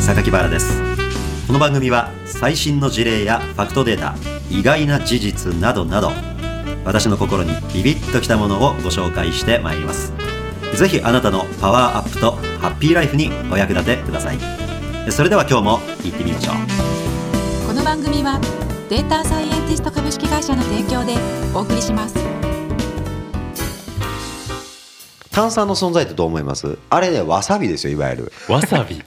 榊原ですこの番組は最新の事例やファクトデータ意外な事実などなど私の心にビビッときたものをご紹介してまいりますぜひあなたのパワーアップとハッピーライフにお役立てくださいそれでは今日も行ってみましょうこの番組はデータサイエンティスト株式会社の提供でお送りします炭酸の存在ってどう思いますあれねわさびですよいわゆるわさび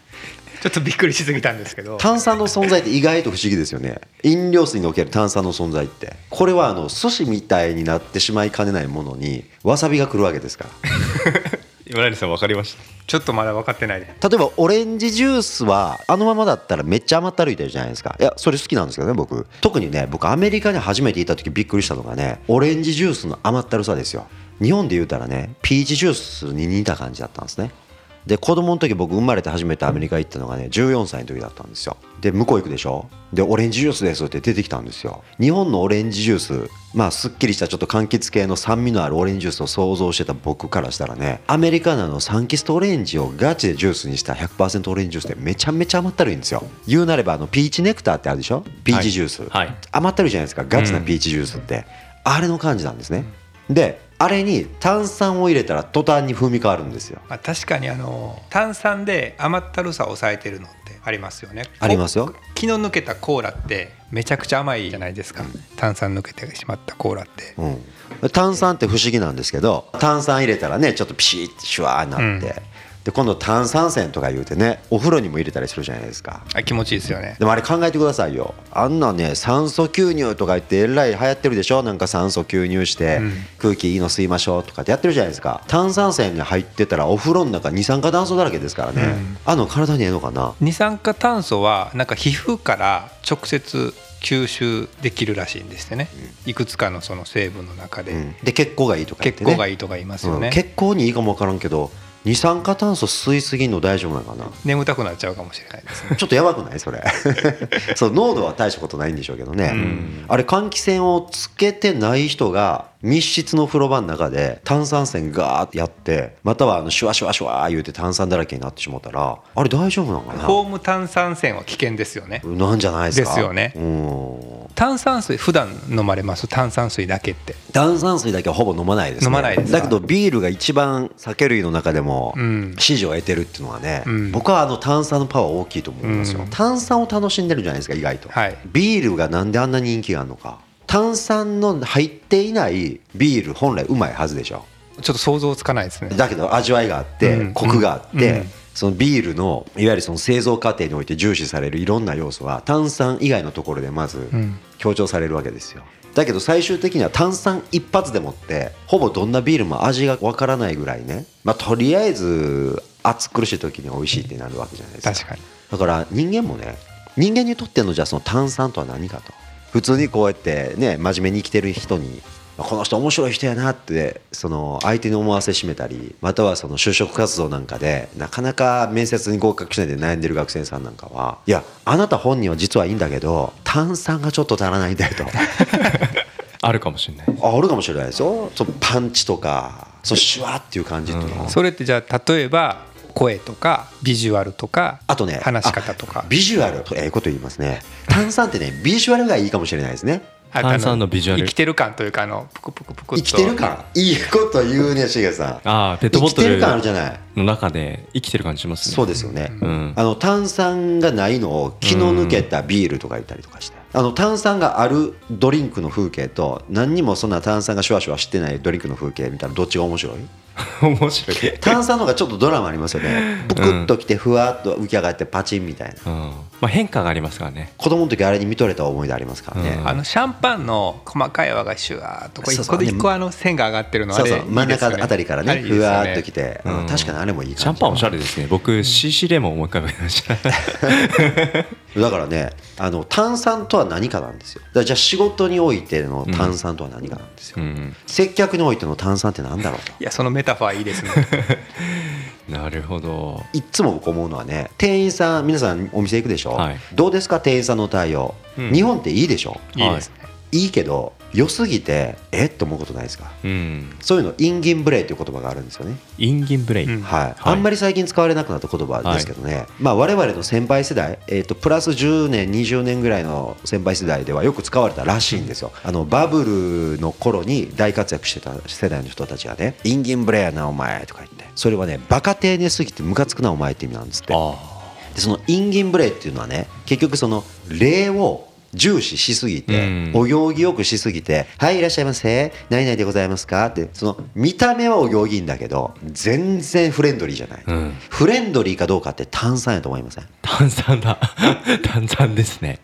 ちょっとびっくりしすぎたんですけど炭酸の存在って意外と不思議ですよね飲料水における炭酸の存在ってこれはあの寿司みたいになってしまいかねないものにわさびが来るわけですから今成さん分かりましちょっとまだ分かってないね例えばオレンジジュースはあのままだったらめっちゃ甘ったるいてるじゃないですかいやそれ好きなんですけどね僕特にね僕アメリカに初めて行った時びっくりしたのがねオレンジジュースの甘ったるさですよ日本で言うたらねピーチジュースに似た感じだったんですねで子供の時僕生まれて初めてアメリカ行ったのがね14歳の時だったんですよで向こう行くでしょでオレンジジュースですって出てきたんですよ日本のオレンジジュースまあすっきりしたちょっと柑橘系の酸味のあるオレンジジュースを想像してた僕からしたらねアメリカなのサンキストオレンジをガチでジュースにした100%オレンジジュースってめちゃめちゃ甘ったるいんですよ言うなればあのピーチネクターってあるでしょピーチジュース、はいはい甘ったるいじゃないですかガチなピーチジュースって、あれの感じなんですねであれに炭酸を入れたら途端に風味変わるんですよまあ、確かにあの炭酸で甘ったるさを抑えてるのってありますよねありますよこ気の抜けたコーラってめちゃくちゃ甘いじゃないですか炭酸抜けてしまったコーラってうん、炭酸って不思議なんですけど炭酸入れたらねちょっとピシッてシュワーになって、うんで今度炭酸泉とか言うてねお風呂にも入れたりするじゃないですかあ気持ちいいですよねでもあれ考えてくださいよあんなね酸素吸入とか言ってえらい流行ってるでしょなんか酸素吸入してうん空気いいの吸いましょうとかってやってるじゃないですか炭酸泉に入ってたらお風呂の中二酸化炭素だらけですからね、うんあの体にええのかな二酸化炭素はなんか皮膚から直接吸収できるらしいんですよね、いくつかのその成分の中で、うんで血行がいいとか言っ血て、ね、行がいいとか言いますよね、うん血行にいいかもわからんけど二酸化炭素吸いすぎんの大丈夫なのかな眠たくなっちゃうかもしれないです ねちょっとやばくないそれそう濃度は大したことないんでしょうけどね、うんあれ換気扇をつけてない人が密室の風呂場の中で炭酸泉ガーってやってまたはあのシュワシュワシュワー言うて炭酸だらけになってしまったらあれ大丈夫なのかホーム炭酸泉は危険ですよねななんじゃないですかですよねうん炭酸水普段飲まれます炭酸水だけって炭酸水だけはほぼ飲まないです、ね、飲まないですかだけどビールが一番酒類の中でもうん支持を得てるっていうのはね、うん僕はあの炭酸のパワー大きいと思いますよ、うん炭酸を楽しんでるじゃないですか意外と、はいビールがなんであんな人気があるのか炭酸の入っていないビール本来うまいはずでしょちょっと想像つかないですねだけど味わいがあって、うんコクがあって、うんそのビールのいわゆるその製造過程において重視されるいろんな要素は炭酸以外のところでまずうん強調されるわけですよだけど最終的には炭酸一発でもってほぼどんなビールも味がわからないぐらいね、まあ、とりあえず暑苦しい時に美味しいってなるわけじゃないですか確かにだから人間もね人間にとってのじゃあその炭酸とは何かと普通にこうやってね真面目に生きてる人にこの人面白い人やなってその相手に思わせしめたりまたはその就職活動なんかでなかなか面接に合格しないで悩んでる学生さんなんかはいやあなた本人は実はいいんだけど炭酸がちょっと足らないん だよとあるかもしれないああるかもしれないですよそのパンチとかそのシュワーっていう感じっていうの、それってじゃあ例えば声とかビジュアルとかあとね話し方とかビジュアルええこと言います ね炭酸ってねビジュアルがいいかもしれないですねあ炭酸のビジュアルあ生きてる感というかあのプクプクプクっ生ときてる感いいこと言うねしげさんああペット生ボきトてるル感あるじゃないの中で生きてる感じしますねそうですよね、うんあの炭酸がないのを気の抜けたビールとか言ったりとかして、あの炭酸があるドリンクの風景と何にもそんな炭酸がシュワシュワしてないドリンクの風景みたいなどっちが面白い 面白い、炭酸の方がちょっとドラマありますよねぷくっときてふわっと浮き上がってパチンみたいなうんまあ、変化がありますからね子供の時あれに見とれた思い出ありますからね、うんあのシャンパンの細かい泡がシュワーっとこうそう一そう個で一あ個あの線が上がってるのあそうそれう真ん中いいですよあたりからあねれいいふですよわっときて、うんうん確かにあれもいい感じシャンパンおしゃれですね僕 CC レモンをもう一回飲みましただからねあの炭酸とは何かなんですよだからじゃあ仕事においての炭酸とは何かなんですよ、うん接客においての炭酸って何だろうといやそのメタファーいいです ねなるほどいっつも僕思うのはね店員さん皆さんお店行くでしょ、はいどうですか店員さんの対応、うん日本っていいでしょいいですねいいけど良すぎてえっと思うことないですかうんそういうのインギンブレイという言葉があるんですよね、インギンブレイ、うんはいあんまり最近使われなくなった言葉ですけどね、まあ、我々の先輩世代、えー、とプラス10年20年ぐらいの先輩世代ではよく使われたらしいんですよあのバブルの頃に大活躍してた世代の人たちがね「インギンブレイやなお前」とか言ってそれはねバカ丁寧すぎてムカつくなお前って意味なんですってあでそのインギンブレイっていうのはね結局その礼を重視しすぎて、うんお行儀よくしすぎて「はいいらっしゃいませ何々でございますか?」ってその見た目はお行儀いいんだけど全然フレンドリーじゃない、あうんフレンドリーかどうかって炭酸やと思いません炭酸だ 炭酸ですね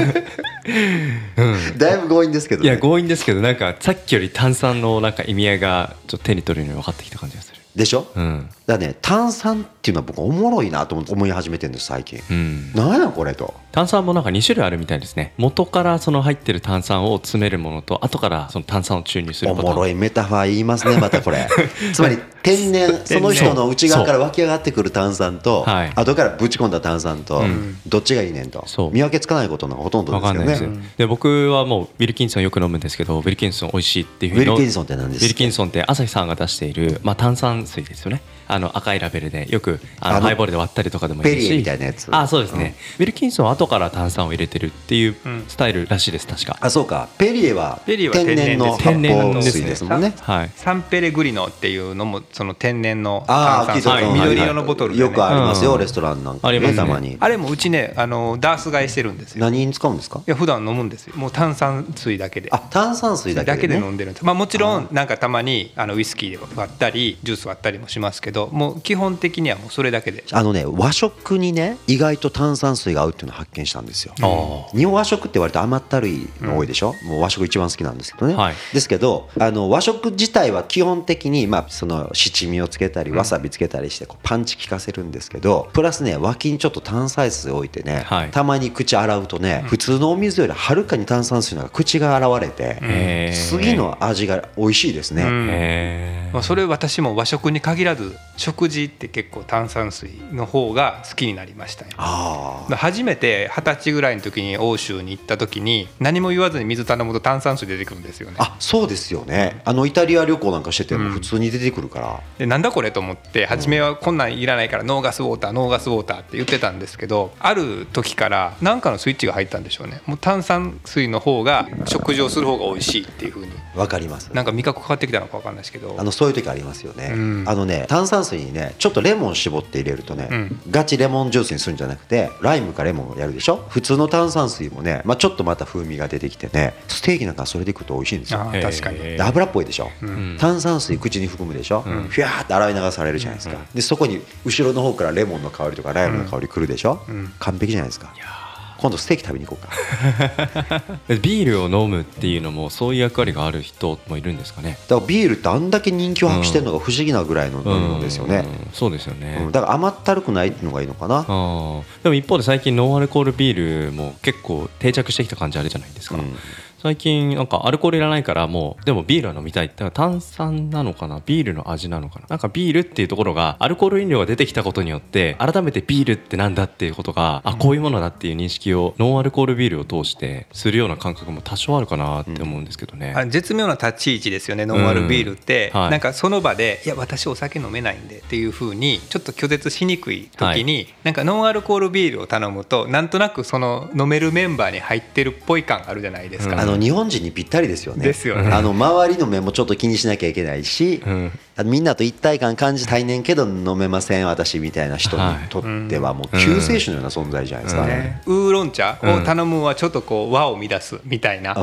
うんだいぶ強引ですけど、いね、や強引ですけどなんかさっきより炭酸のなんか意味合いがちょっと手に取るように分かってきた感じがするでしょ、うんだからね炭酸っていうのは僕おもろいなと思って思い始めてるんです最近、うんなんやこれと炭酸もなんか2種類あるみたいですね元からその入ってる炭酸を詰めるものと後からその炭酸を注入するおパターンもろいメタファー言いますねまたこ れつまり天然その人の内側から湧き上がってくる炭酸とはい後からぶち込んだ炭酸とうんどっちがいいねんとそう見分けつかないことの方がほとんどわですかんなけどねいですよ、うんで僕はもうウィルキンソンよく飲むんですけどウィルキンソン美味しいっていうウふうにィ飲ルキンソンって何でウィルすキかンソンって朝日さんが出している、まあ、炭酸水ですよねあの赤いラベルでよくあのあのハイボールで割ったりとかでもいペいですリしーみたいなやつあそうですね、ウィルキンソンは後から炭酸を入れてるっていううんスタイルらしいです確か、あそうかペリーはペリ天ーは然の発天然です天然泡の水ですもんねはいサンペレグリノっていうのもその天然のああ聞い炭たこ酸とあ水るはい緑色のボトルで、よね、くありますようんレストランなんかありねますねたまにあれもうちねあのダース買いしてるんですよい何に使うんですかや普段飲むんですよもう炭酸水だけであ炭酸水だだけけででね飲んでるんです、まあ、もちろんなんかたまにあのウイスキーで割ったりジュース割ったりもしますけどもう基本的にはもうそれだけであのね和食にね意外と炭酸水が合うっていうのを発見したんですよあー日本和食って割と甘ったるいの多いでしょ、もう和食一番好きなんですけどね、はいですけどあの和食自体は基本的に、まあ、その七味をつけたりわさびつけたりしてこうパンチ効かせるんですけどプラスね脇にちょっと炭酸水を置いてね、はいたまに口洗うとね、普通のお水よりはるかに炭酸水の方が口が洗われて、へー次の味が美味しいですね、うんへーまあ、それ私も和食に限らず食事って結構炭酸水の方が好きになりましたねああ初めて二十歳ぐらいの時に欧州に行った時に何も言わずに水頼むと炭酸水出てくるんですよねあそうですよねあのイタリア旅行なんかしててもうん普通に出てくるから、でなんだこれと思って初めはこんなんいらないからノーガスウォーターノーガスウォーターって言ってたんですけどある時から何かのスイッチが入ったんでしょうねもう炭酸水の方が食事をする方が美味しいっていう風にわかりますなんか味覚変わってきたのか分かんないですけどあのそういう時ありますよね、うんあのね炭酸水にねちょっとレモン絞って入れるとね、うんガチレモンジュースにするんじゃなくてライムかレモンをやるでしょ普通の炭酸水もね、まあ、ちょっとまた風味が出てきてねステーキなんかそれで食うと美味しいんですよあー確かにへでー油っぽいでしょ、ん炭酸水口に含むでしょ、ふわーって洗い流されるじゃないですか、でそこに後ろの方からレモンの香りとかライムの香りくるでしょ、うん完璧じゃないですか今度ステーキ食べに行こうかビールを飲むっていうのもそういう役割がある人もいるんですかねだからビールってあんだけ人気を博してるのが不思議なぐらいの飲み物ですよね、うんそうですよね、うんだから甘ったるくないっていうのがいいのかな、あーでも一方で最近ノンアルコールビールも結構定着してきた感じあるじゃないですか、うん最近なんかアルコールいらないからもうでもビールは飲みたいだから炭酸なのかなビールの味なのかななんかビールっていうところがアルコール飲料が出てきたことによって改めてビールってなんだっていうことがあこういうものだっていう認識をノンアルコールビールを通してするような感覚も多少あるかなって思うんですけどね、あ絶妙な立ち位置ですよねノンアルビールって、うんはいなんかその場で「いや私お酒飲めないんで」っていうふうにちょっと拒絶しにくい時に、なんかノンアルコールビールを頼むとなんとなくその飲めるメンバーに入ってるっぽい感あるじゃないですか。うんあの日本人にぴったりですよね。ですよねあの周りの目もちょっと気にしなきゃいけないし、うんあのみんなと一体感感じたいねんけど飲めません私みたいな人にはいとってはもううん救世主のような存在じゃないですか。ねウーロン茶を頼むはちょっとこう和を乱すみたいな、うんあ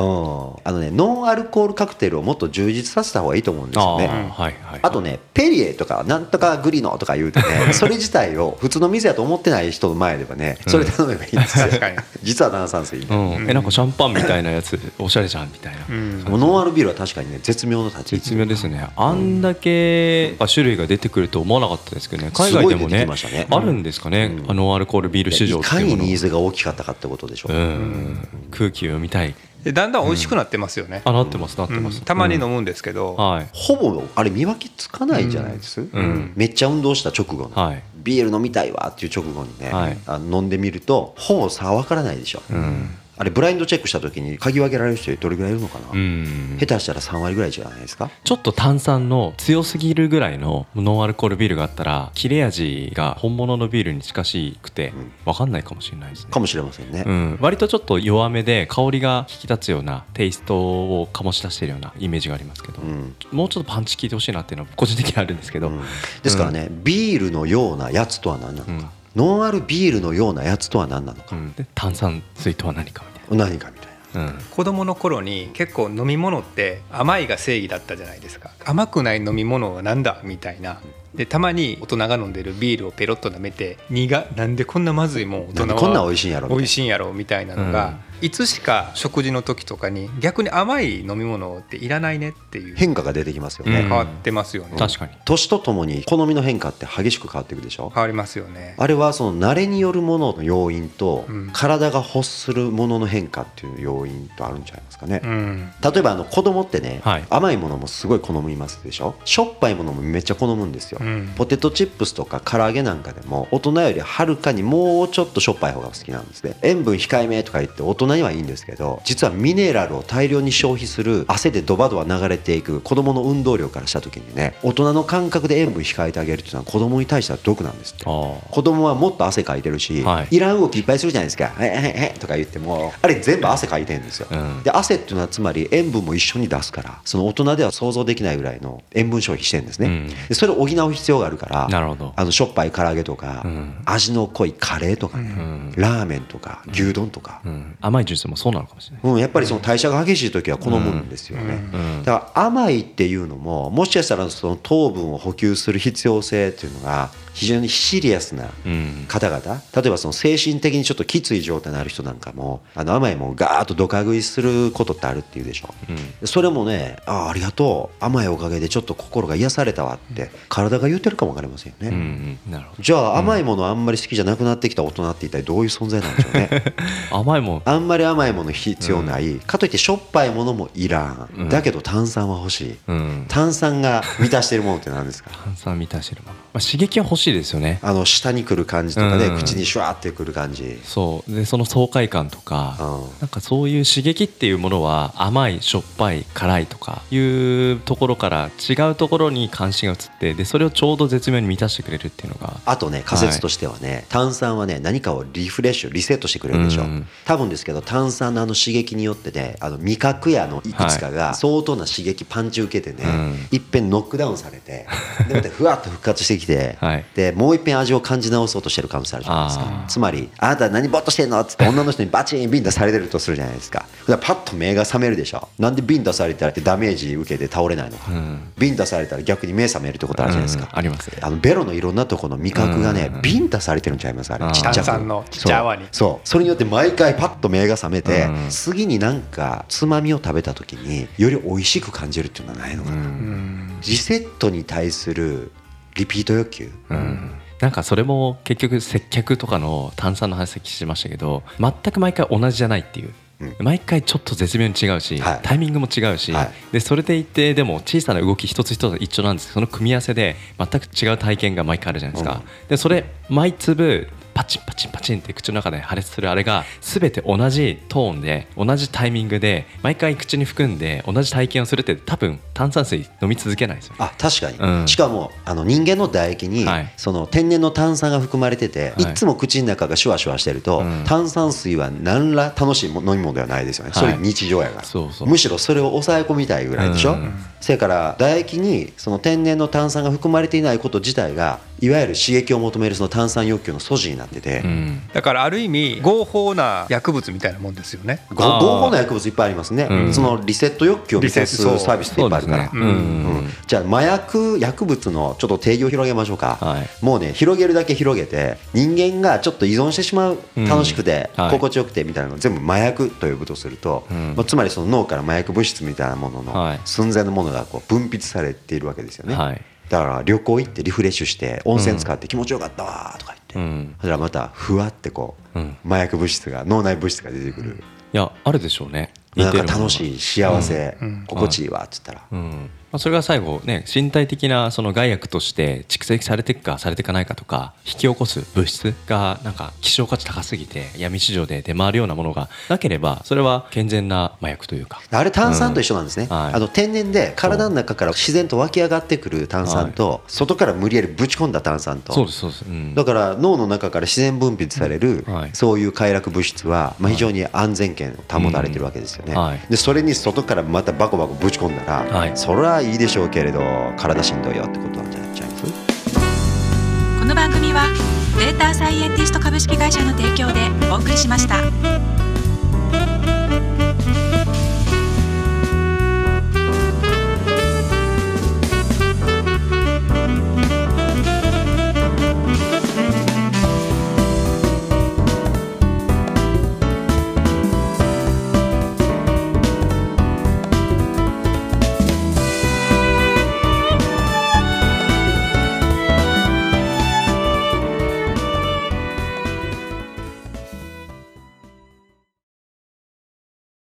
のねノンアルコールカクテルをもっと充実させた方がいいと思うんですよあーね。はいはいあとねペリエとかなんとかグリノとか言うて ねそれ自体を普通の店やと思ってない人の前ではねそれ頼めばいいんですよ確かに実は炭酸水うん、えなんかシャンパンみたいなやつおしゃれじゃんみたいな、うんもうノンアルビールは確かにね絶妙の立ち位置絶妙ですねあんだけあ種類が出てくると思わなかったですけどね海外でもすごい出てねきましたねあるんですかね、あのアルコールビール市場いってかいうにものニーズが大きかったかってことでしょう、うん空気を読みたいでだんだん美味しくなってますよね、あなってますなってうんます、たまに飲のむんですけど、はいほぼあれ見分けつかないんじゃないです、んめっちゃ運動した直後の、はいビール飲みたいわっていう直後にね、はいあの飲んでみるとほぼ差は分からないでしょ、うんあれブラインドチェックした時に嗅ぎ分けられる人どれぐらいいるのかな、うん下手したら3割ぐらいじゃないですかちょっと炭酸の強すぎるぐらいのノンアルコールビールがあったら切れ味が本物のビールに近しくてん分かんないかもしれないですねかもしれませんね、うん、割とちょっと弱めで香りが引き立つようなテイストを醸し出してるようなイメージがありますけど、うんもうちょっとパンチ効いてほしいなっていうのは個人的にはあるんですけど、うんですからね、ビールのようなやつとは何なのか、ノンアルビールのようなやつとは何なのうか、んで炭酸水とは何かみ何かみたいなたいな、うん子供の頃に結構飲み物って甘いが正義だったじゃないですか甘くない飲み物はなんだみたいなでたまに大人が飲んでるビールをペロッと舐めて苦なんでこんなまずいもんなんで大人はこんなん美味しいんやろみたいな美味しいんやろみたいなのが、いつしか食事の時とかに逆に甘い飲み物っていらないねっていう変化が出てきますようね、ん変わってますよね、確かに年とともに好みの変化って激しく変わっていくでしょ、変わりますよねあれはその慣れによるものの要因と、うん体が欲するものの変化っていう要因とあるんじゃないですかね、うん例えばあの子供ってね、はい甘いものもすごい好みますでしょしょっぱいものもめっちゃ好むんですよ、うんポテトチップスとか唐揚げなんかでも大人よりはるかにもうちょっとしょっぱい方が好きなんですね塩分控えめとか言って大人にはいいんですけど実はミネラルを大量に消費する汗でドバドバ流れていく子供の運動量からした時にね大人の感覚で塩分控えてあげるっていうのは子供に対しては毒なんですってあー子供はもっと汗かいてるし、、はいらん動きいっぱいするじゃないですか「へへへ」とか言ってもあれ全部汗かいてるんですよ、うんで汗っていうのはつまり塩分も一緒に出すからその大人では想像できないぐらいの塩分消費してるんですね、うんでそれを補う必要があるからなるほどあのしょっぱい唐揚げとか、うん味の濃いカレーとかね、んラーメンとか牛丼とか、うん、甘いジュースもそうなのかもしれないうんやっぱりその代謝が激しい時は好むんですよね、うんだから甘いっていうのももしかしたらその糖分を補給する必要性っていうのが非常にシリアスなうん方々例えばその精神的にちょっときつい状態のある人なんかもあの甘いもんをガーッとドカ食いすることってあるっていうでしょ、それもねああありがとう甘いおかげでちょっと心が癒されたわって体が言ってるかも分かりませんよね、うんうんなるほじゃあ甘いものあんまり好きじゃなくなってきた大人って一体どういう存在なんでしょうねど甘いもん あんまり甘いもの必要ない、かといってしょっぱいものもいらん、うんだけど炭酸は欲しいうん炭酸が満たしてるものって何ですか炭酸満たしてるもの、まあ、刺激は欲しいですよねあの舌にくる感じとかね、うん口にシュワーってくる感じそうでその爽快感とか、うんなんかそういう刺激っていうものは甘いしょっぱい辛いとかいうところから違うところに関心が移ってでそれをちょうど絶妙に満たしてくれるっていうのがあとね仮説としてはね、炭酸はね何かをリフレッシュリセットしてくれるでしょ、うん多分ですけど炭酸のあの刺激によってねあの味覚やのいくつかが相当な刺激パンチ受けてね、うんいっぺんノックダウンされ てでまたふわっと復活してきて、はいでもういっぺん味を感じ直そうとしてる可能性あるじゃないですかあーつまり「あなた何ぼーっとしてんの?」っつ って女の人にバチンビンタされてるとするじゃないですかだからパッと目が覚めるでしょなんでビンタされたらダメージ受けて倒れないのか、んビンタされたら逆に目覚めるってことあるじゃないですか、うんありますねあのベロのいろんなとこの味覚がね、ビンタされてるんちゃいますあれうんちっちゃ炭く酸のちっちゃい泡にそうそうそれによって毎回パッと目が覚めて、うん次になんかつまみを食べた時により美味しく感じるっていうのはないのかな、うんリセットに対するリピート欲求うんなんかそれも結局接客とかの炭酸の話しましたけど全く毎回同じじゃないっていう、うん毎回ちょっと絶妙に違うし、はいタイミングも違うし、はいでそれでいてでも小さな動き一つ一つ一緒なんですけどその組み合わせで全く違う体験が毎回あるじゃないですか、でそれ毎粒パチンパチンパチンって口の中で破裂するあれが全て同じトーンで同じタイミングで毎回口に含んで同じ体験をするって多分炭酸水飲み続けないですよね。あ確かに、うんしかもあの人間の唾液に、はいその天然の炭酸が含まれてて、はいい、つも口の中がシュワシュワしてると、うん炭酸水は何ら楽しいも飲み物ではないですよね、はいそれ日常やからそうそうむしろそれを抑え込みたいぐらいでしょ、うんそれから唾液にその天然の炭酸が含まれていないこと自体がいわゆる刺激を求めるその炭酸欲求の素地になってて、うんだからある意味合法な薬物みたいなもんですよねごあー合法な薬物いっぱいありますね、うんそのリセット欲求を満たすリセットそうサービスっていっぱいあるから、そうですねうんうんじゃあ麻薬薬物のちょっと定義を広げましょうか、はいもうね広げるだけ広げて人間がちょっと依存してしまううん楽しくて、はい心地よくてみたいなのを全部麻薬と呼ぶとすると、うんまあ、つまりその脳から麻薬物質みたいなものはのい寸前のものがこう分泌されているわけですよね、はいだから旅行行ってリフレッシュして温泉使って気持ちよかったわーとか言って、うんそしたらまたふわってこう、うん麻薬物質が脳内物質が出てくる。いやあるでしょうねなんか楽しい、い幸せ、うん心地いいわって言ったら、うん、まあ、それが最後ね身体的なその害悪として蓄積されていくかされていかないかとか引き起こす物質がなんか希少価値高すぎて闇市場で出回るようなものがなければそれは健全な麻薬というかあれ炭酸と一緒なんですね、うんはいあの天然で体の中から自然と湧き上がってくる炭酸と、外から無理やりぶち込んだ炭酸とそうですそうです、うんだから脳の中から自然分泌される、うんはいそういう快楽物質は、まあ、非常に安全圏を保たれてるわけですよね、うんはいでそれに外からまたバコバコぶち込んだら、はいそれはいいでしょうけれど体しんどいよってことなんじゃないちゃいますこの番組はデータサイエンティスト株式会社の提供でお送りしました。